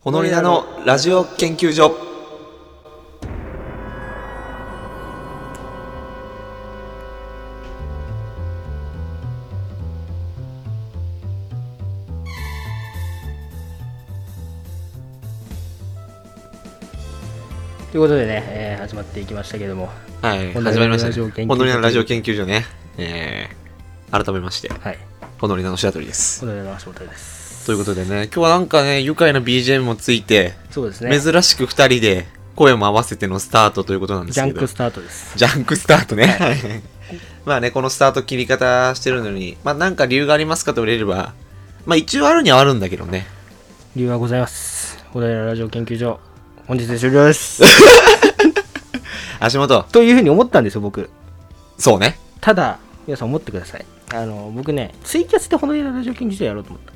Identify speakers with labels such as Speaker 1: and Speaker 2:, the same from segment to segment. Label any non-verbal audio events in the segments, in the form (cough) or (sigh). Speaker 1: ホノリナのラジオ研究所。
Speaker 2: ということでね、えー始まっていきましたけれども、
Speaker 1: はい、
Speaker 2: ホノ
Speaker 1: 始まり
Speaker 2: リナの
Speaker 1: ました
Speaker 2: ラジオ研究
Speaker 1: ね。
Speaker 2: 所
Speaker 1: ホノリナのラジオ研究所ね。えー、改めまして、
Speaker 2: はい、
Speaker 1: ホノリナの白鳥です。
Speaker 2: このような足元です。
Speaker 1: ということでね、今日はなんかね、愉快な BGM もついて、
Speaker 2: そうですね、ジ
Speaker 1: 珍しく二人で声も合わせてのスタートということなんです
Speaker 2: ャ
Speaker 1: け
Speaker 2: ン
Speaker 1: ど。
Speaker 2: クスタートです。
Speaker 1: ジャンクスタートね。 (laughs) まあね、このスタート切り方してるのに、まあなんか理由がありますかと言われれば、まあ一応あるにはあるんだけどね。
Speaker 2: 理由はございます。このようなラジオ研究所、本日で終了です。
Speaker 1: 足元、
Speaker 2: (laughs) というふうに思ったんですよ、僕。
Speaker 1: そうね。
Speaker 2: ただ、皆さん思ってください。あの、僕ね、ツイキャスでこのようなラジオ研究所やろうと思った。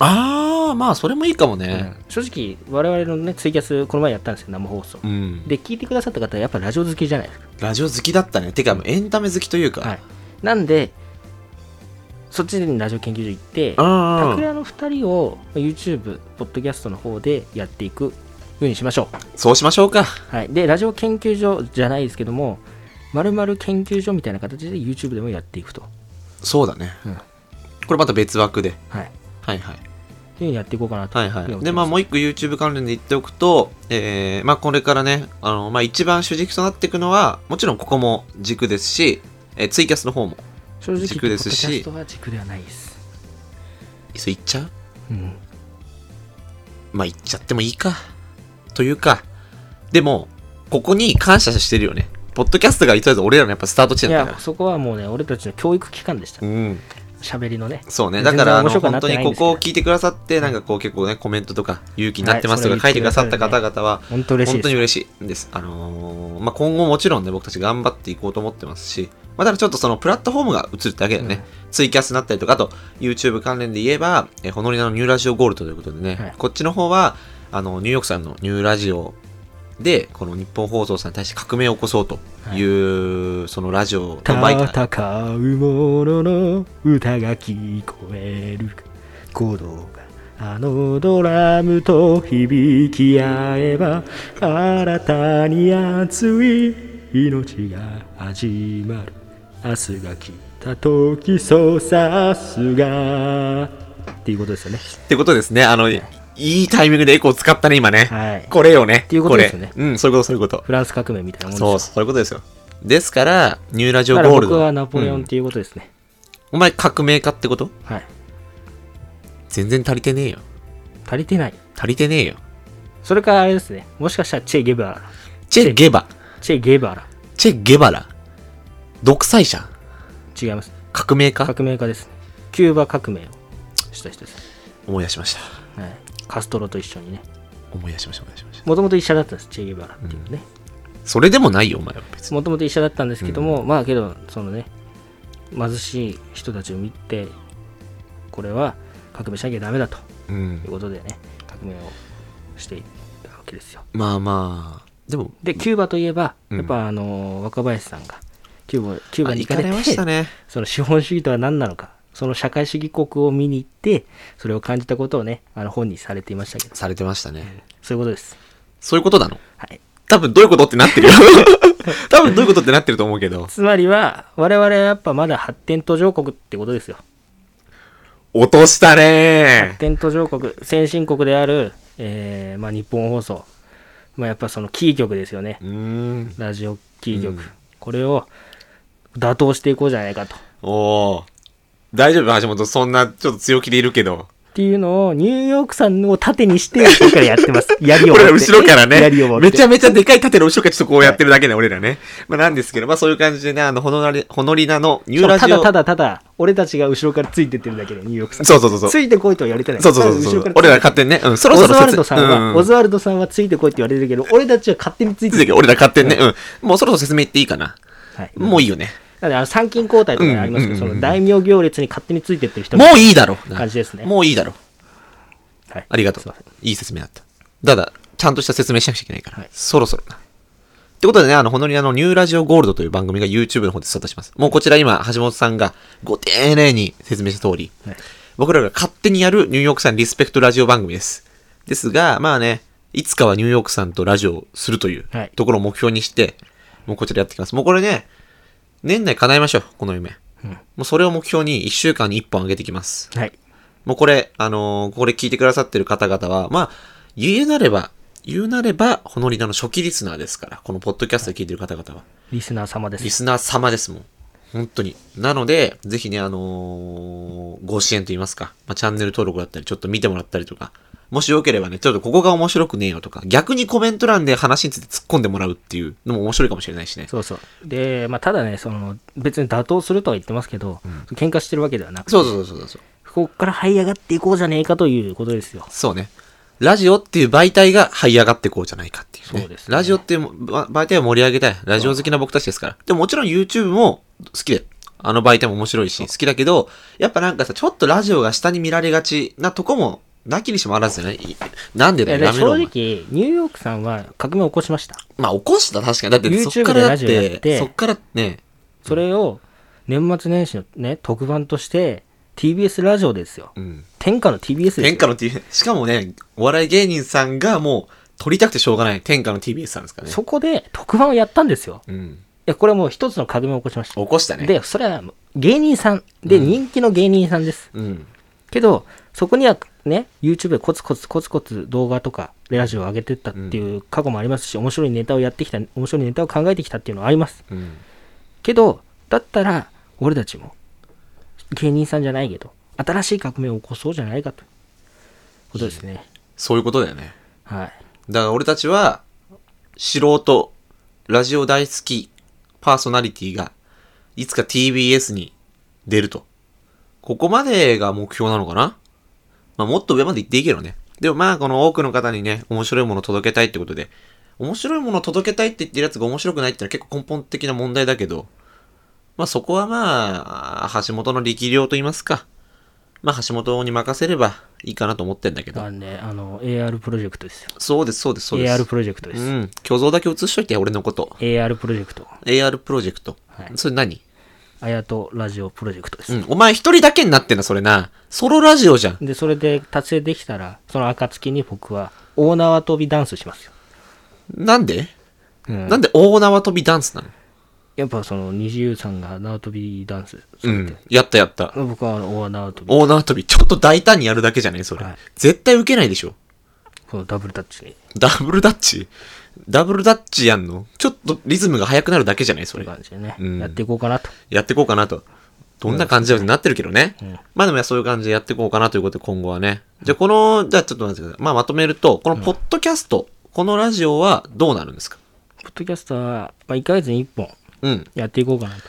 Speaker 1: ああ、まあそれもいいかも
Speaker 2: うん
Speaker 1: ね。
Speaker 2: 正直、我々のね、ツイキャス、この前やったんですよ、生放送
Speaker 1: う。ん。
Speaker 2: で、聞いてくださった方はやっぱラジオ好きじゃないですか。
Speaker 1: ラジオ好きだったね。てか、エンタメ好きというか。
Speaker 2: はい。なんで、そっちにラジオ研究所行って、
Speaker 1: うん
Speaker 2: タ
Speaker 1: う
Speaker 2: ク
Speaker 1: ん。
Speaker 2: ラの2人を YouTube、ポッドキャストの方でやっていくようにしましょ
Speaker 1: そうしましょうか。
Speaker 2: う。はい、で、ラジオ研究所じゃないですけども、まるまる研究所みたいな形で YouTube でもやっていくと。
Speaker 1: そうだね。
Speaker 2: うん
Speaker 1: これまた別枠で。
Speaker 2: はい。
Speaker 1: はいはい。
Speaker 2: というふうにやっていこうかなと。
Speaker 1: はいはい。で、
Speaker 2: で、
Speaker 1: ま
Speaker 2: ま
Speaker 1: あもう一個 YouTube 関連で言っておくと、えー、まあこれからね、あの、まあ一番主軸となっていくのは、もちろんここも軸ですし、えーツイキャスの方も。
Speaker 2: 正直、
Speaker 1: 軸ですし
Speaker 2: ポッドキャストは軸ではないです。
Speaker 1: いっそ行っちゃう
Speaker 2: うん。
Speaker 1: まあ行っちゃってもいいか。というか、でも、ここに感謝してるよね。ポッドキャストがとりあえず俺らのやっぱスタート地
Speaker 2: い
Speaker 1: 点だか
Speaker 2: や、
Speaker 1: ら。
Speaker 2: そこはもうね、俺たちの教育機関でした
Speaker 1: う。ん。
Speaker 2: 喋りのね。
Speaker 1: そうね。
Speaker 2: 全
Speaker 1: だ
Speaker 2: 然
Speaker 1: から、あの、
Speaker 2: 面白くな
Speaker 1: 本
Speaker 2: っ
Speaker 1: 当
Speaker 2: て
Speaker 1: に
Speaker 2: ないん
Speaker 1: こ
Speaker 2: ですよ
Speaker 1: こを聞いてくださって、なんかこう結構ね、コメントとか、勇気になってますと
Speaker 2: は
Speaker 1: か書
Speaker 2: い
Speaker 1: いてくださった
Speaker 2: それ
Speaker 1: 方
Speaker 2: 言
Speaker 1: 々は、
Speaker 2: 本当嬉しい
Speaker 1: 本
Speaker 2: で
Speaker 1: 当に
Speaker 2: す。
Speaker 1: 嬉しいです。あのーまあ、今後もちろんね、僕たち頑張っていこうと思ってますし、まあ、ただちょっとそのプラットフォームが映るだけだよね、ツイキャスになったりとか、あと YouTube 関連で言えば、えーホノリナのニューラジオゴールドということでね、
Speaker 2: はい
Speaker 1: こっちの方は、あの、ニューヨークさんのニューラジオで、この日本放送さんに対して革命を起こそうという、そのラジオの媒体。
Speaker 2: 戦う者のの歌が聞こえる鼓動があのドラムと響き合えば新たに熱い命が始まる明日が来た時そうさすがっていうことですよね
Speaker 1: ってことですね、あの、いいタイミングでエコー使ったね、今ね。
Speaker 2: はい
Speaker 1: これよね。
Speaker 2: っていうことですよね
Speaker 1: これうん、そういうこと、そういうこと。
Speaker 2: フランス革命みたいなもんです
Speaker 1: そう、
Speaker 2: よ
Speaker 1: そういうことですよ。ですから、ニューラジオ
Speaker 2: だ
Speaker 1: ゴ
Speaker 2: から
Speaker 1: ールド。
Speaker 2: 僕はナポレオ
Speaker 1: う
Speaker 2: ン
Speaker 1: ん
Speaker 2: っていうことですね、
Speaker 1: お前革命家ってこと
Speaker 2: はい
Speaker 1: 全然足りてねえよ。
Speaker 2: 足りてない
Speaker 1: 足りてねえよ。
Speaker 2: それからあれですねもしかしたらチェ・ゲバラ
Speaker 1: チェ・ゲバ。
Speaker 2: チェ・ゲバラ
Speaker 1: チェ・ゲバラ。独裁者。
Speaker 2: 違います
Speaker 1: 革命家
Speaker 2: 革命家ですねキューバ革命をした人です、
Speaker 1: 思い出しました。
Speaker 2: はい、カストロと一緒にね
Speaker 1: 思い出しました、思い出しました。
Speaker 2: もともと医者だったんですチェ・ゲバラっていうね
Speaker 1: それでもないよ、お前は別に。
Speaker 2: もともと医者だったんですけども、まあけどそのね貧しい人たちを見てこれは革命しなきゃダメだと
Speaker 1: う。
Speaker 2: いうんことでね革命をしていったわけですよ
Speaker 1: まあまあ、でも、
Speaker 2: でキューバといえば、
Speaker 1: うん
Speaker 2: やっぱあの若林さんがキューバキュー
Speaker 1: あ
Speaker 2: バ
Speaker 1: 行
Speaker 2: に行か
Speaker 1: か
Speaker 2: れ
Speaker 1: れ
Speaker 2: て
Speaker 1: ましたね。
Speaker 2: その資本主義とは何なのか、その社会主義国を見に行って、それを感じたことをね、あの本にされていましたけど、
Speaker 1: されてましたね。
Speaker 2: そういうことです。
Speaker 1: そういうことなの
Speaker 2: はい、
Speaker 1: 多分どういうことってなって
Speaker 2: (laughs)
Speaker 1: るよ。多分どういうことってなってると思うけど。
Speaker 2: つまりは、我々はやっぱまだ発展途上国ってことですよ。
Speaker 1: 落とした
Speaker 2: 発
Speaker 1: ね
Speaker 2: 展途上国、先進国である、えーまあ、日本放送、まあ、やっぱそのキー局ですよね
Speaker 1: ー。、うーん。
Speaker 2: ラジオキー局、
Speaker 1: うん
Speaker 2: これを打倒していこうじゃないかと。
Speaker 1: おー。大丈夫橋本、そんなちょっと強気でいるけど。
Speaker 2: っていうのを、ニューヨークさんを盾にして、僕らやってます。槍を
Speaker 1: こ
Speaker 2: 持っ
Speaker 1: れ
Speaker 2: て。
Speaker 1: 後ろからね
Speaker 2: 槍を持っ、て。
Speaker 1: めちゃめちゃでかい盾の後ろからちょっとこうやってるだけね、俺らね。まあなんですけど、まあそういう感じでね、あの、ほのられほのりなのニューラジ
Speaker 2: ただ
Speaker 1: オ。
Speaker 2: ただただ、俺たちが後ろからついてってるだけで、ニューヨークさん。
Speaker 1: そうそうそうそう。
Speaker 2: ついてこいとは言われてない。
Speaker 1: そうそうそう
Speaker 2: ただ
Speaker 1: そう
Speaker 2: 後ろ。から
Speaker 1: 俺ら勝手にね、うん、そろ
Speaker 2: オ
Speaker 1: そ
Speaker 2: ズ
Speaker 1: ろ
Speaker 2: ワル
Speaker 1: 説
Speaker 2: ドさんは、
Speaker 1: うん
Speaker 2: オズワルドさんはついてこいって言われてるけど、俺たちは勝手について
Speaker 1: ついて
Speaker 2: る。
Speaker 1: きて俺ら勝手にね、うん。もうそろそろ説明言っていいかな。
Speaker 2: はい。
Speaker 1: もう
Speaker 2: う。
Speaker 1: いいよね。
Speaker 2: だから、参勤交代とかありますけど、
Speaker 1: うんうんうん
Speaker 2: その大名行列に勝手についてってる人
Speaker 1: もう
Speaker 2: い
Speaker 1: いいだろ。
Speaker 2: 感じですね
Speaker 1: もういいだろ。
Speaker 2: はい。
Speaker 1: ありがと
Speaker 2: すいうません。
Speaker 1: いい説明だった。ただ、ちゃんとした説明しなくちゃいけないから。
Speaker 2: はい
Speaker 1: そろそろな。ってことでね、あの、ほのりあの、ニューラジオゴールドという番組が YouTube の方でスタートします。もうこちら今、橋本さんがご丁寧に説明した通り、
Speaker 2: はい
Speaker 1: 僕らが勝手にやるニューヨークさんリスペクトラジオ番組です。ですが、まあね、いつかはニューヨークさんとラジオをするという
Speaker 2: はい
Speaker 1: ところを目標にして、もうこちらやっていきます。もうこれね、年内叶えましょう、この夢。
Speaker 2: うん
Speaker 1: もうそれを目標に1週間に1本上げていきます。
Speaker 2: はい。
Speaker 1: もうこれ、あのーこれ聞いてくださってる方々は、まあ、言うなれば、言うなれば、ホノリナの初期リスナーですから、このポッドキャストで聞いてる方々は。
Speaker 2: リスナー様で
Speaker 1: リ
Speaker 2: す。
Speaker 1: スナー様ですもん。本当に。なので、ぜひね、あのーご支援といいますか、まあ、チャンネル登録だったり、ちょっと見てもらったりとか、もしよければね、ちょっとここが面白くねえよとか、逆にコメント欄で話について突っ込んでもらうっていうのも面白いかもしれないしね。
Speaker 2: そうそう。で、まあ、ただね、その、別に打倒するとは言ってますけど、喧嘩してるわけではなく、
Speaker 1: そうそうそうそうそう。
Speaker 2: ここから這い上がっていこうじゃねえかということですよ。
Speaker 1: そうね。ラジオっていう媒体が這い上がってこうじゃないかっていう、ね。
Speaker 2: そうですね
Speaker 1: ラジオっていうもば媒体を盛り上げたい。ラジオ好きな僕たちですから。でももちろん YouTube も好きで。あの媒体も面白いし、好きだけど、やっぱなんかさ、ちょっとラジオが下に見られがちなとこも、なきにしもあらずじゃないいなんでだよ、
Speaker 2: いや
Speaker 1: やめろ。
Speaker 2: 正
Speaker 1: お前
Speaker 2: 直、ニューヨークさんは革命を起こしました。
Speaker 1: まあ起こした、確かに。だって
Speaker 2: YouTube
Speaker 1: そっからだっ、
Speaker 2: でラジオやってて
Speaker 1: そっからね、
Speaker 2: それを、年末年始のね、特番として、TBS ラジオですよ。
Speaker 1: うん。
Speaker 2: 天下の TBS ですよ。
Speaker 1: 天下の TBS、しかもね、お笑い芸人さんがもう、撮りたくてしょうがない天下の TBS さんですからね。
Speaker 2: そこで特番をやったんですよ。い
Speaker 1: うん。
Speaker 2: や、これはもう一つの革命を起こしました。
Speaker 1: 起こしたね。
Speaker 2: で、それは芸人さん。で、人気の芸人さんです。
Speaker 1: うん。
Speaker 2: けど、そこにはね、YouTube でコツコツコツコツ動画とか、ラジオを上げてったっていう過去もありますし、面白いネタをやってきた、面白いネタを考えてきたっていうのはあります。
Speaker 1: うん。
Speaker 2: けど、だったら、俺たちも、芸人さんじゃないけど、新しい革命を起こそうじゃないかと。ことですね。
Speaker 1: そういうことだよね。
Speaker 2: はい。
Speaker 1: だから俺たちは、素人、ラジオ大好き、パーソナリティが、いつか TBS に出ると。ここまでが目標なのかなまあもっと上まで行っていいけどね。でもまあこの多くの方にね、面白いものを届けたいってことで、面白いものを届けたいって言ってるやつが面白くないってのは結構根本的な問題だけど、まあそこはまあ、橋本の力量と言いますか、まあ橋本に任せればいいかなと思ってんだけど。
Speaker 2: なんで、あの、AR プロジェクトですよ。
Speaker 1: そうです、そうです、そうです。
Speaker 2: AR プロジェクトです。
Speaker 1: うん。虚像だけ映しといて、俺のこと。
Speaker 2: AR プロジェクト。
Speaker 1: AR プロジェクト。
Speaker 2: はい
Speaker 1: それ何
Speaker 2: あやとラジオプロジェクトです。
Speaker 1: うん。お前一人だけになってんだ、それな。ソロラジオじゃん。
Speaker 2: で、それで達成できたら、その暁に僕は大縄跳びダンスしますよ。
Speaker 1: なんで、
Speaker 2: うん
Speaker 1: なんで大縄跳びダンスなの
Speaker 2: やっぱその、二重さんが縄跳びダンス。
Speaker 1: うん。やったやった。
Speaker 2: 僕は大縄跳び、
Speaker 1: 大縄跳び、ちょっと大胆にやるだけじゃないそれ、
Speaker 2: はい
Speaker 1: 絶対受けないでしょ。
Speaker 2: このダブルタッチに。
Speaker 1: ダブルダッチダブルダッチやんのちょっとリズムが速くなるだけじゃないそ
Speaker 2: とい
Speaker 1: れ
Speaker 2: う。感じでね、
Speaker 1: うん
Speaker 2: やっていこうかなと。
Speaker 1: やっていこうかなと。どんな感じだよってなってるけどね。
Speaker 2: ん
Speaker 1: まあでもそういう感じでやっていこうかなということで今後はね。じゃあこの、じゃあちょっと待ってください。まあまとめると、このポッドキャスト、このラジオはどうなるんですか
Speaker 2: ポッドキャストは、まあ、1ヶ月に1本
Speaker 1: うん。
Speaker 2: やっていこうかなと。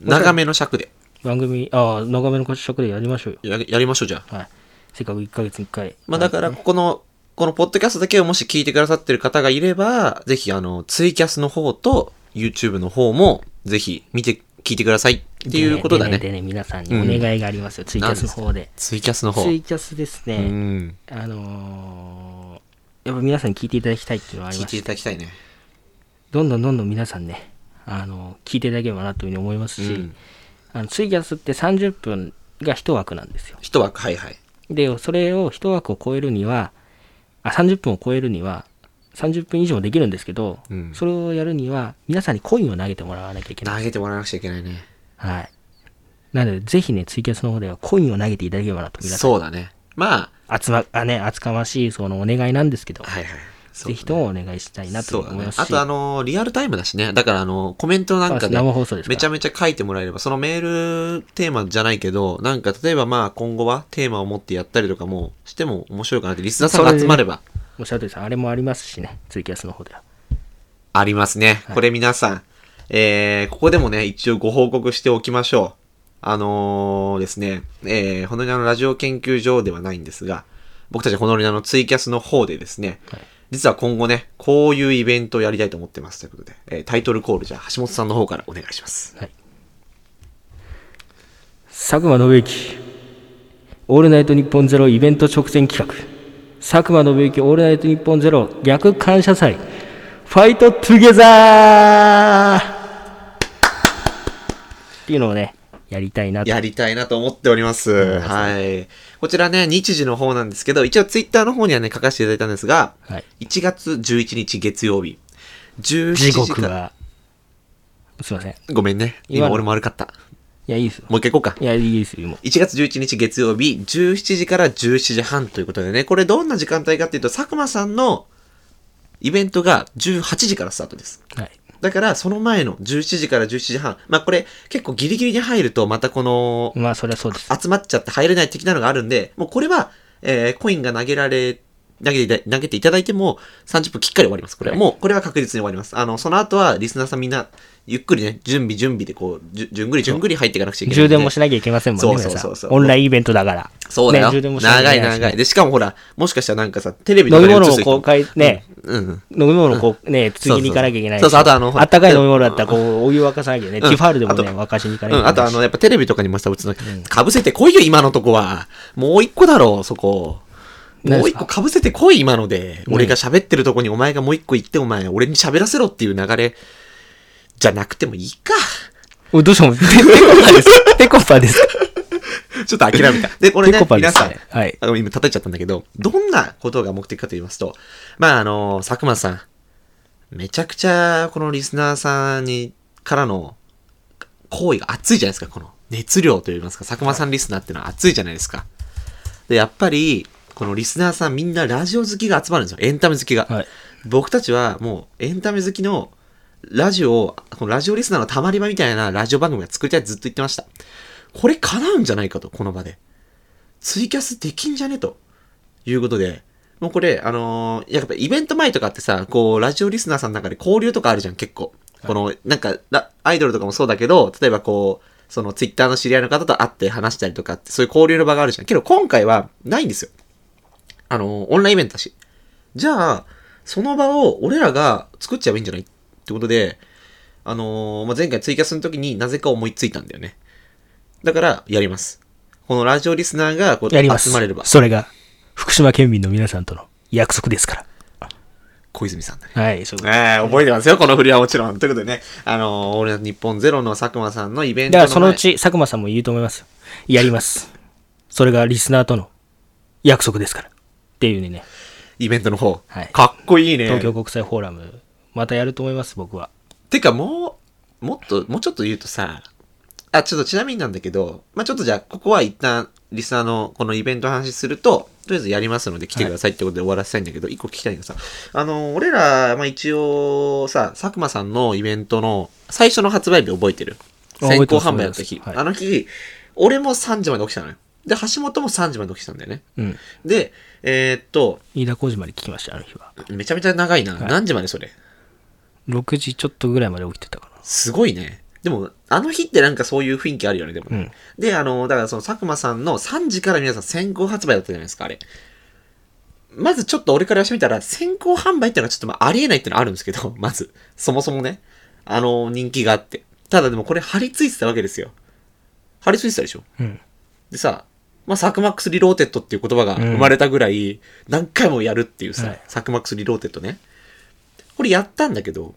Speaker 1: 長めの尺で
Speaker 2: 番組、ああ、長めの尺でやりましょう
Speaker 1: や
Speaker 2: よ。
Speaker 1: やりましょうじゃあ。
Speaker 2: はい。せっかく1ヶ月に1回。
Speaker 1: まあだからここの、このポッドキャストだけをもし聞いてくださってる方がいれば、ぜひあの、ツイキャスの方と YouTube の方もぜひ見て、聞いてくださいっていうことだね。
Speaker 2: でね、でね皆さんにお願いがありますよ。ツイキャスの方で。
Speaker 1: ツイキャスの方。
Speaker 2: ツイキャスですね。
Speaker 1: うん。
Speaker 2: あのーやっぱ皆さんに聞いていただきたいっていうのはあり
Speaker 1: 聞い
Speaker 2: ま
Speaker 1: てい
Speaker 2: した
Speaker 1: だきたいね。
Speaker 2: どんどんどんどん皆さんね、あのー聞いていただければなというふうに思いますし、
Speaker 1: うん
Speaker 2: あのツイキャスって30分が一枠なんですよ。
Speaker 1: 一枠、はいはい。
Speaker 2: で、それを一枠を超えるには、あ、30分を超えるには、30分以上できるんですけど、
Speaker 1: うん
Speaker 2: それをやるには、皆さんにコインを投げてもらわなきゃいけない。
Speaker 1: 投げてもらわなくちゃいけないね。
Speaker 2: はい。なので、ぜひね、ツイキャスの方ではコインを投げていただければなと、皆さん。
Speaker 1: そうだね。ま
Speaker 2: 厚ま、あね、厚かましい、そのお願いなんですけど
Speaker 1: あ、、はいはい。
Speaker 2: ぜひともお願いしたいなと
Speaker 1: そう
Speaker 2: 思
Speaker 1: だ
Speaker 2: い
Speaker 1: ね
Speaker 2: ま。すし。
Speaker 1: あとあのーリアルタイムだしね。だからあのーコメントなんかで
Speaker 2: 生放送ですか
Speaker 1: め
Speaker 2: ら
Speaker 1: ちゃめちゃ書いてもらえれば、そのメールテーマじゃないけど、なんか例えばまあ今後はテーマを持ってやったりとかもしても面白いかなって、リスナーさんが集まれば。
Speaker 2: おっしゃるとりですあれもありますしね、ツイキャスの方では。
Speaker 1: ありますね。これ皆さん、えー、ここでもね、一応ご報告しておきましょう。あのー、ですね、えー、ホノリナのラジオ研究所ではないんですが、僕たちホノリナのツイキャスの方でですね、
Speaker 2: はい
Speaker 1: 実は今後ね、こういうイベントをやりたいと思ってますということで、えータイトルコールじゃあ橋本さんの方からお願いします。
Speaker 2: はい、佐久間信之、オールナイトニッポンゼロイベント直前企画、佐久間信之オールナイトニッポンゼロ逆感謝祭、ファイトトゥゲザーっていうのをね、やりたいなと。
Speaker 1: やりたいなと思っております。
Speaker 2: うん
Speaker 1: はい。こちらね、日時の方なんですけど、一応ツイッターの方にはね、書かせていただいたんですが、
Speaker 2: はい。
Speaker 1: 1月11日月曜日、17
Speaker 2: 時
Speaker 1: 時
Speaker 2: 刻
Speaker 1: から。
Speaker 2: は、すいません。い
Speaker 1: ごめんね。
Speaker 2: 言
Speaker 1: 今
Speaker 2: わない
Speaker 1: 俺も悪かった。
Speaker 2: や、いいですよ。
Speaker 1: もう一回行こうか
Speaker 2: い。や、いいですよ、もう。
Speaker 1: 1月11日月曜日、17時から17時半ということでね、これどんな時間帯かっていうと、佐久間さんのイベントが18時からスタートです。
Speaker 2: はい。
Speaker 1: だから、その前の17時から17時半。まあこれ、結構ギリギリに入ると、またこの、
Speaker 2: まあ、それはそうです。
Speaker 1: 集まっちゃって入れない的なのがあるんで、もうこれは、えーコインが投げられ、投げていた、投げていただいても、30分きっかり終わります。これは。
Speaker 2: はい
Speaker 1: もう、これは確実に終わります。あの、その後は、リスナーさんみんな、ゆっくりね、準備準備でこう、じゅ、じゅんぐりじゅんぐり入っていかなくちゃいけないん
Speaker 2: 充
Speaker 1: で。
Speaker 2: 電もしなきゃいけませんも
Speaker 1: そ
Speaker 2: んね、
Speaker 1: う
Speaker 2: 皆
Speaker 1: そう
Speaker 2: さ
Speaker 1: そ
Speaker 2: ん
Speaker 1: うそう。
Speaker 2: オンラインイベントだから。
Speaker 1: そうだよ。
Speaker 2: ね充電もしなきゃいけ
Speaker 1: 長
Speaker 2: ない
Speaker 1: い
Speaker 2: し
Speaker 1: 長い。で、しかもほら、もしかしたらなんかさ、テレビと
Speaker 2: 飲
Speaker 1: か
Speaker 2: み
Speaker 1: で映
Speaker 2: 物
Speaker 1: す
Speaker 2: を
Speaker 1: 人
Speaker 2: 公
Speaker 1: も
Speaker 2: 開、ね、
Speaker 1: うん。
Speaker 2: 飲み物をこう、ね、次に行かなきゃいけないし。
Speaker 1: そうそうそうそうあとあのほら
Speaker 2: ったかい飲み物だったら、こう、お湯沸かさなきゃね、テ
Speaker 1: うん
Speaker 2: ィファールでも
Speaker 1: あと
Speaker 2: ね、沸かしに行かな
Speaker 1: う
Speaker 2: きゃいけ
Speaker 1: ん、
Speaker 2: ないし。
Speaker 1: あとあの、やっぱテレビとかにもさ、映すの、かぶせてこいよ、今のとこは。もう一個だろう、そこ。
Speaker 2: 何
Speaker 1: も
Speaker 2: で
Speaker 1: う
Speaker 2: す
Speaker 1: 一
Speaker 2: か
Speaker 1: 個かぶせてこい、今ので。
Speaker 2: ん
Speaker 1: 俺が喋ってるとこにお前がもう一個言って、お前、俺に喋らせろっていう流れ、じゃなくてもいいか。 (laughs)
Speaker 2: おいどう (laughs) したのペペコパです。ペコパです。
Speaker 1: ちょっと諦めた。で、これ
Speaker 2: ペ
Speaker 1: ね
Speaker 2: コ、パで
Speaker 1: 皆
Speaker 2: す
Speaker 1: さん
Speaker 2: ね。、はい。
Speaker 1: あの、今叩いちゃったんだけど、どんなことが目的かと言いますと、まあ、あの、佐久間さん、めちゃくちゃ、このリスナーさんに、からの、行為が熱いじゃないですか、この熱量と言いますか、佐久間さんリスナーっていうのは熱いじゃないですか。で、やっぱり、このリスナーさんみんなラジオ好きが集まるんですよ。エンタメ好きが。
Speaker 2: はい。
Speaker 1: 僕たちはもうエンタメ好きのラジオを、このラジオリスナーのたまり場みたいなラジオ番組が作りたいってずっと言ってました。これ叶うんじゃないかと、この場で。ツイキャスできんじゃねということで、もうこれ、あのーやっぱイベント前とかってさ、こう、ラジオリスナーさんの中で交流とかあるじゃん、結構。この、なんか、ラアイドルとかもそうだけど、例えばこう、そのツイッターの知り合いの方と会って話したりとかって、そういう交流の場があるじゃん。けど今回はないんですよ。あのーオンラインイベントだし。じゃあ、その場を俺らが作っちゃえばいいんじゃないってことで、あのーまあ、前回ツイキャスの時になぜか思いついたんだよね。だから、やります。このラジオリスナーがこう
Speaker 2: やります。
Speaker 1: 集まれれば、
Speaker 2: それが、福島県民の皆さんとの約束ですか
Speaker 1: 小泉さんだね。
Speaker 2: ら。はい、そういうことで
Speaker 1: ええ覚えてますよ、この振りはもちろん。ということでね、あのー、俺の日本ゼロの佐久間さんのイベン
Speaker 2: す
Speaker 1: ト
Speaker 2: だ
Speaker 1: の
Speaker 2: か
Speaker 1: 前
Speaker 2: らそのうち、佐久間さんも言うと思いますよ。やります。それがリスナーとの約束ですから。っていうね、
Speaker 1: イベントの方、
Speaker 2: はい
Speaker 1: かっこいいね。
Speaker 2: 東京国際フォーラム、またやると思います、僕は。
Speaker 1: てか、もう、もっと、もうちょっと言うとさ、あ、ちょっとちなみになんだけど、まあちょっとじゃあ、ここは一旦、リスナーのこのイベントの話すると、とりあえずやりますので来てくださいってことで終わらせたいんだけど、一個聞きたいのがさ、あのー、俺ら、まあ一応さ、佐久間さんのイベントの最初の発売日覚えてる
Speaker 2: あ覚え
Speaker 1: 先
Speaker 2: て
Speaker 1: 行
Speaker 2: ます
Speaker 1: 販売だった日。
Speaker 2: 覚えてますはい
Speaker 1: あの日、俺も3時まで起きたのよ。で、橋本も3時まで起きたんだよね。
Speaker 2: うん。
Speaker 1: で、えーっと、
Speaker 2: 飯田小島で聞きました、あの日は。
Speaker 1: めちゃめちゃ長いな。
Speaker 2: はい
Speaker 1: 何時までそれ
Speaker 2: 6時ちょっとぐらいまで起きてたか
Speaker 1: すごいね。でも、あの日ってなんかそういう雰囲気あるよね、でもね。
Speaker 2: な。うん。
Speaker 1: で、あの、だからその佐久間さんの3時から皆さん先行発売だったじゃないですか、あれ。まずちょっと俺からしてみたら、先行販売っていうのはちょっとまあありえないっていうのはあるんですけど、 (laughs) まず、そもそもね、あの人気があって。ただでもこれ張り付いてたわけですよ。張り付いてたでしょ
Speaker 2: うん。
Speaker 1: でさ、まあ、サクマックスリローテッドっていう言葉が
Speaker 2: うん
Speaker 1: 生まれたぐらい、何回もやるっていうさ、
Speaker 2: はい
Speaker 1: サクマックスリローテッドね。これやったんだけど、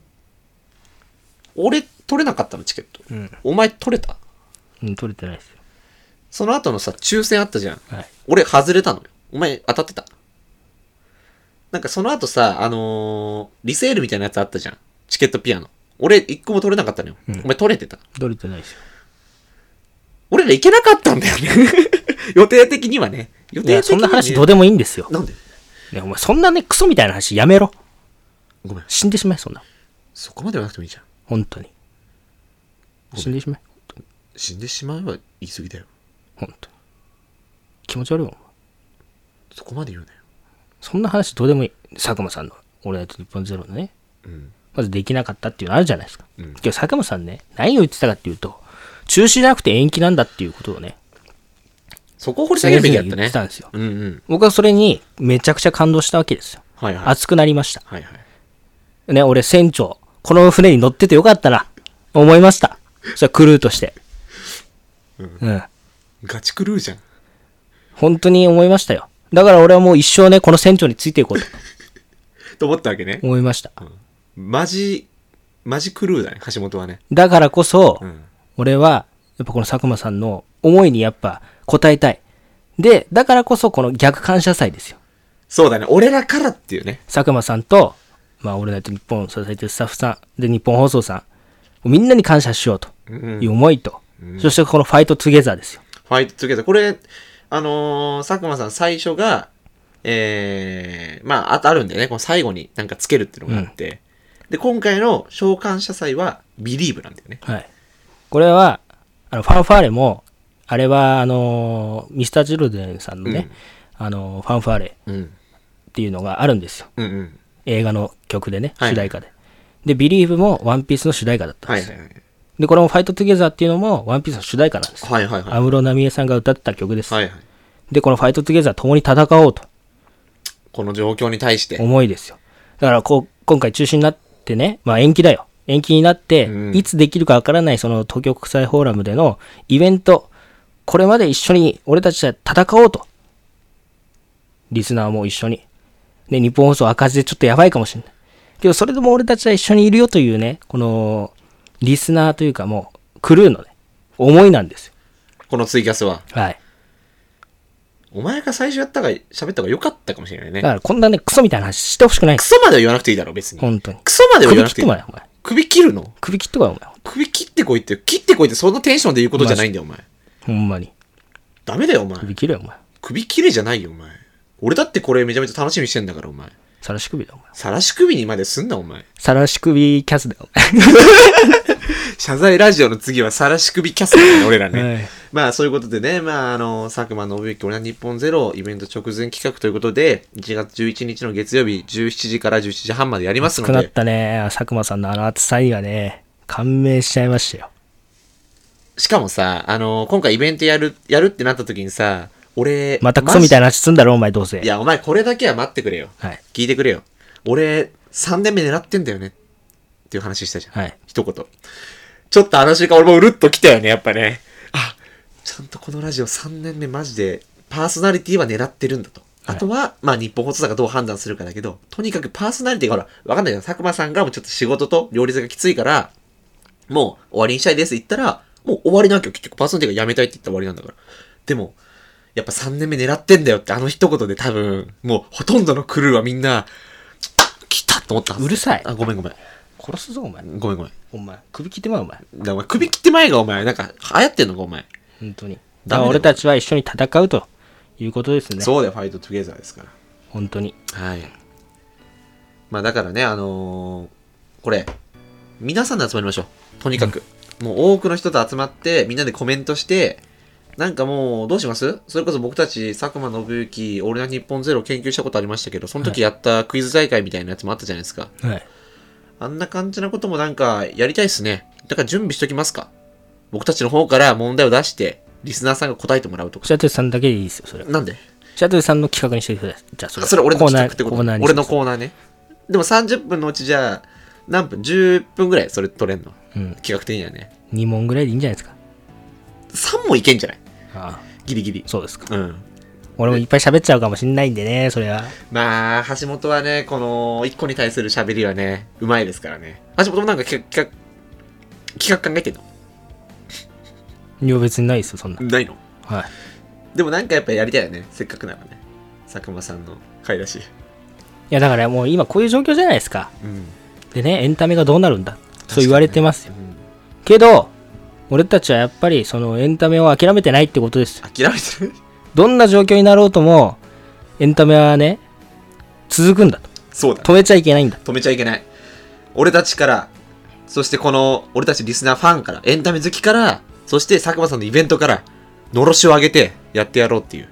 Speaker 1: 俺取れなかったの、チケット。
Speaker 2: うん。
Speaker 1: お前取れた
Speaker 2: うん、取れてないですよ。
Speaker 1: その後のさ、抽選あったじゃん。
Speaker 2: はい。
Speaker 1: 俺外れたのよ。お前当たってた。なんかその後さ、あのーリセールみたいなやつあったじゃん。チケットピアノ。俺一個も取れなかったのよ。
Speaker 2: うん
Speaker 1: お前取れてた。
Speaker 2: 取れてないですよ。
Speaker 1: 俺ら行けなかったんだよね。 (laughs) 予定的にはね。予
Speaker 2: い
Speaker 1: 定
Speaker 2: や、
Speaker 1: 的に
Speaker 2: そん
Speaker 1: はね、
Speaker 2: な話どうでもいいんですよ。
Speaker 1: なんで
Speaker 2: ね、お前、そんなね、クソみたいな話やめろ。
Speaker 1: ごめん。
Speaker 2: 死んでしまえ、そんな。
Speaker 1: そこまではなくてもいいじゃん。
Speaker 2: 本当に。
Speaker 1: ごめん
Speaker 2: 死んでしまえ。
Speaker 1: 死んでしまえば言い過ぎだよ。
Speaker 2: 本当に。気持ち悪いわ。お前
Speaker 1: そこまで言うなよ。
Speaker 2: そんな話どうでもいい。佐久間さんの、俺と日本ゼロのね、
Speaker 1: うん。
Speaker 2: まずできなかったっていうのあるじゃないですか。
Speaker 1: うん
Speaker 2: けど佐久間さんね、何を言ってたかっていうと、中止じゃなくて延期なんだっていうことをね、
Speaker 1: そこを掘り下げるべきだった
Speaker 2: 言っ
Speaker 1: ね
Speaker 2: て。たんですよ。
Speaker 1: うんうん。
Speaker 2: 僕はそれにめちゃくちゃ感動したわけですよ。
Speaker 1: はいはい。
Speaker 2: 熱くなりました。
Speaker 1: はいはい。
Speaker 2: ね、俺船長、この船に乗っててよかったな、思いました。それはクルーとして。うん。
Speaker 1: ガチクルーじゃん。
Speaker 2: 本当に思いましたよ。だから俺はもう一生ね、この船長についていこうと
Speaker 1: と思ったわけね。
Speaker 2: 思いました。
Speaker 1: マジ、マジクルーだね、橋本はね。
Speaker 2: だからこそ、
Speaker 1: うん。
Speaker 2: 俺はやっぱこの佐久間さんの思いにやっぱ応えたい。で、だからこそこの逆感謝祭ですよ。
Speaker 1: そうだね。俺らからっていうね。
Speaker 2: 佐久間さんと、まあ、オールナイト日本を支えてるスタッフさん、で、日本放送さん、みんなに感謝しようと
Speaker 1: うん
Speaker 2: いう思いと、そしてこのファイトトゥゲザーですよ。
Speaker 1: ファイトトゥゲザー。これ、あのー佐久間さん最初が、えー、まあ、あとあるんだよね。この最後になんかつけるっていうのがあって。で、今回の召喚者祭は、ビリーブなんだよね。
Speaker 2: はい。これは、あの、ファンファーレも、あれは、あのー、ミスターチルドレンさんのね、あのー、ファンファーレ
Speaker 1: うん。
Speaker 2: っていうのがあるんですよ。
Speaker 1: うんうん。
Speaker 2: 映画の曲でね、
Speaker 1: はい
Speaker 2: 主題歌で。で、ビリーブもワンピースの主題歌だった
Speaker 1: は
Speaker 2: んで
Speaker 1: い
Speaker 2: す
Speaker 1: は
Speaker 2: よ。
Speaker 1: いはい。
Speaker 2: で、これもファイトトゥゲザーっていうのもワンピースの主題歌なんですよ。
Speaker 1: はいはいはい。
Speaker 2: 安室奈美恵さんが歌ってた曲です。
Speaker 1: はいはい。
Speaker 2: で、このファイトトゥゲザー共に戦おうと
Speaker 1: この状況に対して。
Speaker 2: 思いですよ。だからこう、今回中止になってね、まあ延期だよ。延期になって、
Speaker 1: うん
Speaker 2: いつできるかわからないその東京国際フォーラムでのイベント、これまで一緒に俺たちで戦おうと。リスナーも一緒に。ね、日本放送赤字でちょっとやばいかもしれない。けど、それでも俺たちは一緒にいるよというね、この、リスナーというかもう、クルーのね、思いなんですよ。
Speaker 1: このツイキャスは。
Speaker 2: はい。
Speaker 1: お前が最初やったか、喋った方が良かったかもしれない
Speaker 2: だ
Speaker 1: ね
Speaker 2: か。ら、こんなね、クソみたいな話してほしくないんで
Speaker 1: ク
Speaker 2: す。
Speaker 1: ソまでは言わなくていいだろ、別に。
Speaker 2: 本当に。
Speaker 1: クソまでは言わ
Speaker 2: 首
Speaker 1: なく
Speaker 2: 切っ
Speaker 1: い
Speaker 2: てて
Speaker 1: い
Speaker 2: こ。ない、お前。
Speaker 1: 首切るの
Speaker 2: 首切ってこない、お前。
Speaker 1: 首切ってこいって、切ってこいってそのテンションで言うことじゃないんだよ、お前。
Speaker 2: ほんまに。
Speaker 1: ダメだよ、お前。
Speaker 2: 首切れよ、お前。
Speaker 1: 首切れじゃないよ、お前。俺だってこれめちゃめちゃ楽しみにしてんだから、お前。
Speaker 2: さらし首だ、お前。
Speaker 1: さらし首にまですんな、お前。
Speaker 2: さらし首キャスだよ、
Speaker 1: 謝罪ラジオの次はさらし首キャストだね、俺ら
Speaker 2: (laughs) お前。
Speaker 1: ね。 (laughs) まあ、そういうことでね、まあ、あの、佐久間信之、俺は日本ゼロイベント直前企画ということで、1月11日の月曜日、17時から17時半までやります
Speaker 2: 熱
Speaker 1: の
Speaker 2: くなっ
Speaker 1: で、
Speaker 2: たね。佐久間さんのあの熱さにはね、感銘しちゃいましたよ。
Speaker 1: しかもさ、あの、今回イベントやる、やるってなった時にさ、俺、
Speaker 2: またクソみたい
Speaker 1: な。
Speaker 2: な話すんだろ、お前、どうせ。
Speaker 1: いや、お前これだけは待ってくれよ。
Speaker 2: はい。
Speaker 1: 聞いてくれよ。俺、3年目狙ってんだよね。っていう話したじゃん。
Speaker 2: はい。
Speaker 1: 一言。ちょっとあの瞬間俺もうるっと来たよね、やっぱね。あ、ちゃんとこのラジオ3年目マジでパーソナリティは狙ってるんだと。あとは、まあ日本放送だかどう判断するかだけど、とにかくパーソナリティがほら、わかんないじゃん。佐久間さんがもうちょっと仕事と両立がきついから、もう終わりにしたいですって言ったら、もう終わりなわけよ。結局パーソナリティが辞めたいって言ったら終わりなんだから。でも、やっぱ3年目狙ってんだよってあの一言で多分、もうほとんどのクルーはみんな、来たと思ったはず
Speaker 2: うるさい
Speaker 1: あ、ごめんごめん。
Speaker 2: 殺すぞ、お前。
Speaker 1: ごめんごめん。
Speaker 2: お前、首切ってまう、お前。
Speaker 1: だからお前首切って前がお前、なんか流行ってんのかお前。
Speaker 2: 本当に。だ
Speaker 1: ダメだ
Speaker 2: か
Speaker 1: よ
Speaker 2: ら俺たちは一緒に戦うということですね。
Speaker 1: そうだよ、ファイトトゥゲザーですから。
Speaker 2: 本当に。
Speaker 1: はい。まあだからね、あのーこれ、皆さんで集まりましょう。とにかく。もう多くの人と集まって、みんなでコメントして、なんかもう、どうしますそれこそ僕たち、佐久間信之、俺が日本ゼロを研究したことありましたけど、その時やったクイズ大会みたいなやつもあったじゃないですか。
Speaker 2: はい。
Speaker 1: あんな感じなこともなんかやりたいっすね。だから準備しときますか。僕たちの方から問題を出して、リスナーさんが答えてもらうとか。
Speaker 2: シャトゥさんだけでいいですよ、それは。
Speaker 1: なんで
Speaker 2: シャトゥさんの企画にしてください。じゃあ、それ
Speaker 1: あそれ俺の
Speaker 2: コーナ
Speaker 1: 企
Speaker 2: ー
Speaker 1: 画ってこ
Speaker 2: コー
Speaker 1: と
Speaker 2: ナーに
Speaker 1: 俺の
Speaker 2: ー
Speaker 1: コーナーね。でも30分のうちじゃあ、何分 ?10 分ぐらいそれ取れんの
Speaker 2: うん。
Speaker 1: 企画的にはね。
Speaker 2: 2問ぐらいでいいんじゃないですか。
Speaker 1: 3もいけんじゃない
Speaker 2: ああ、
Speaker 1: ギリギリ。
Speaker 2: そうですか。
Speaker 1: うん。
Speaker 2: 俺もいっぱい喋っちゃうかもしんないんでね、それは。
Speaker 1: まあ、橋本はね、この1個に対する喋りはね、うまいですからね。橋本もなんか企画、企画、企画考えてんの
Speaker 2: いや、別にないですよ、そんな。
Speaker 1: ないの
Speaker 2: はい。
Speaker 1: でもなんかやっぱやりたいよね。せっかくならね。佐久間さんの回だし。
Speaker 2: いやだからもう今こういう状況じゃないですか。
Speaker 1: うん。
Speaker 2: でね、エンタメがどうなるんだ。そう言われてますよ。
Speaker 1: うん
Speaker 2: けど、俺たちはやっぱりそのエンタメを諦めてないってことですよ。
Speaker 1: 諦めてる
Speaker 2: どんな状況になろうとも、エンタメはね、続くんだと。
Speaker 1: そうだ。
Speaker 2: 止めちゃいけないんだ。
Speaker 1: 止めちゃいけない俺たちからそしてこの俺たちリスナーファンからエンタメ好きからそして佐久間さんのイベントからのろしを上げてやってやろうっていう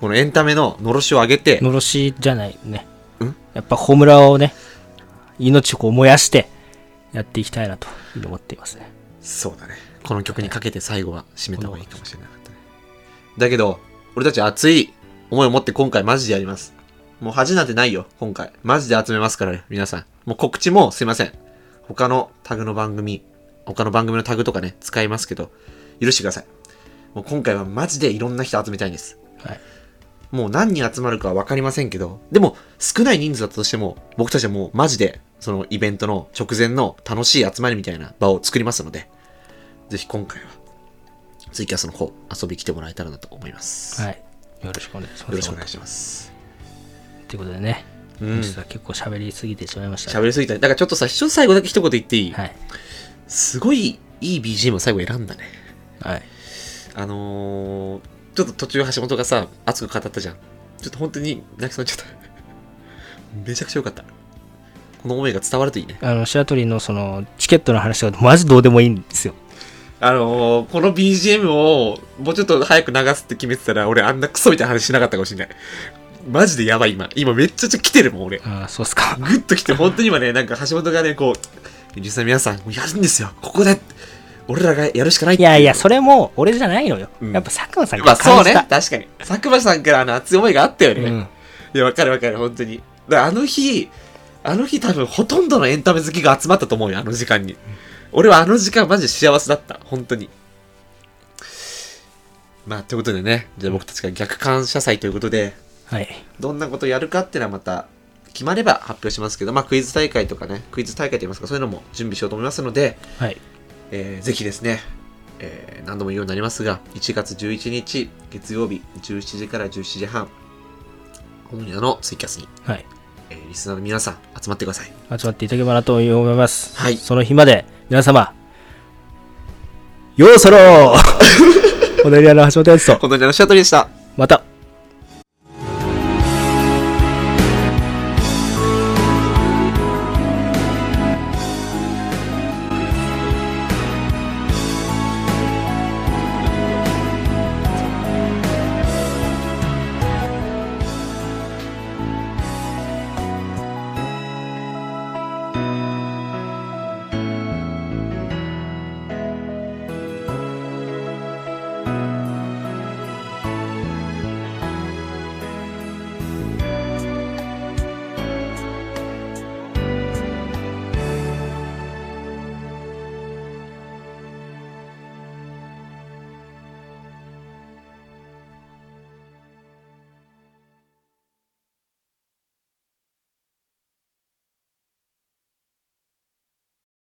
Speaker 1: このエンタメののろしを上げて
Speaker 2: のろしじゃないね
Speaker 1: ん。
Speaker 2: やっぱホムラをね、命をこう燃やして、やっていきたいなというふうに思っていますね。
Speaker 1: そうだねこの曲にかけて最後は締めた方がいいかもしれなかったねだけど俺たち熱い思いを持って今回マジでやりますもう恥なんてないよ今回マジで集めますからね皆さんもう告知もすいません他のタグの番組他の番組のタグとかね使いますけど許してくださいもう今回はマジでいろんな人集めたいんです
Speaker 2: はい。
Speaker 1: もう何人集まるかは分かりませんけど、でも少ない人数だったとしても、僕たちはもうマジで、そのイベントの直前の楽しい集まりみたいな場を作りますので、ぜひ今回はツイキャスの方、遊び来てもらえたらなと思います。。
Speaker 2: はいい。よろしくお願いします。
Speaker 1: よろしくお願いします。
Speaker 2: ということでね、
Speaker 1: うん
Speaker 2: 実は結構喋りすぎてしまいました。
Speaker 1: 喋りすぎたね。だからちょっとさ、一つ最後だけ一言言っていい、
Speaker 2: はい。
Speaker 1: すごいいい BGM を最後選んだね。
Speaker 2: はい。
Speaker 1: あのー、ちょっと途中橋本がさ、熱く語ったじゃん。ちょっと本当に泣きそうになっちゃ (laughs) った。めちゃくちゃ良かった。この思いが伝わるといいね。
Speaker 2: あの、シアトリのその、チケットの話とか、マジどうでもいいんですよ。
Speaker 1: あのー、この BGM をもうちょっと早く流すって決めてたら、俺あんなクソみたいな話しなかったかもしれない。マジでやばい今。今めっちゃちょ来てるもん俺。
Speaker 2: ああ、そうっすか。
Speaker 1: グッと来て、本当に今ね、なんか橋本がね、こう、実際皆さん、もうやるんですよ。ここで、俺らがやるしかないっ
Speaker 2: (laughs) い
Speaker 1: てう
Speaker 2: やいや、それも俺じゃないのよ。
Speaker 1: うん
Speaker 2: やっぱ佐久間さん
Speaker 1: ま
Speaker 2: が
Speaker 1: あそう
Speaker 2: 感じ
Speaker 1: ね、
Speaker 2: た
Speaker 1: 確。かに。佐久間さんからあの熱い思いがあったよね。
Speaker 2: うん
Speaker 1: いや、わかるわかる、本当に。だからあの日、あの日多分ほとんどのエンタメ好きが集まったと思うよ、あの時間に。俺はあの時間マジで幸せだった、本当に。まあ、ということでね、じゃあ僕たちが逆感謝祭ということで、
Speaker 2: はい。
Speaker 1: どんなことやるかっていうのはまた決まれば発表しますけど、まあクイズ大会とかね、クイズ大会といいますか、そういうのも準備しようと思いますので、
Speaker 2: はい。
Speaker 1: えーぜひですね、えー何度も言うようになりますが、1月11日月曜日17時から17時半、本屋のツイキャスに、
Speaker 2: はい。
Speaker 1: えーリスナーの皆さん集まってください。
Speaker 2: 集まっていただければなと思います。
Speaker 1: はい
Speaker 2: その日まで、皆様、 (laughs) ようそろーおのり屋の橋本ですと。
Speaker 1: (laughs) 本当にあのシアトリでした。